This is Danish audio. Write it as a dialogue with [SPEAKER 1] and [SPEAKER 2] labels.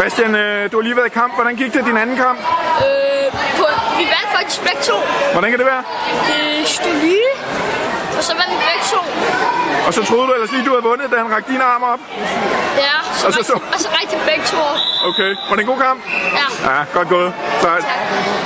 [SPEAKER 1] Christian, øh, du har lige været i kamp. Hvordan gik det din anden kamp?
[SPEAKER 2] Øh, på, vi vandt faktisk begge to.
[SPEAKER 1] Hvordan kan det være?
[SPEAKER 2] Øh, Stolyle. Og så vandt vi begge to.
[SPEAKER 1] Og så troede du ellers lige, du havde vundet, da han rakte dine arme op.
[SPEAKER 2] Ja, så,
[SPEAKER 1] Og så-
[SPEAKER 2] rigtig-
[SPEAKER 1] så-
[SPEAKER 2] og så rigtig begge to.
[SPEAKER 1] Okay. Var det en god kamp?
[SPEAKER 2] Ja.
[SPEAKER 1] Ja, godt gået. Sejt.
[SPEAKER 2] Tak.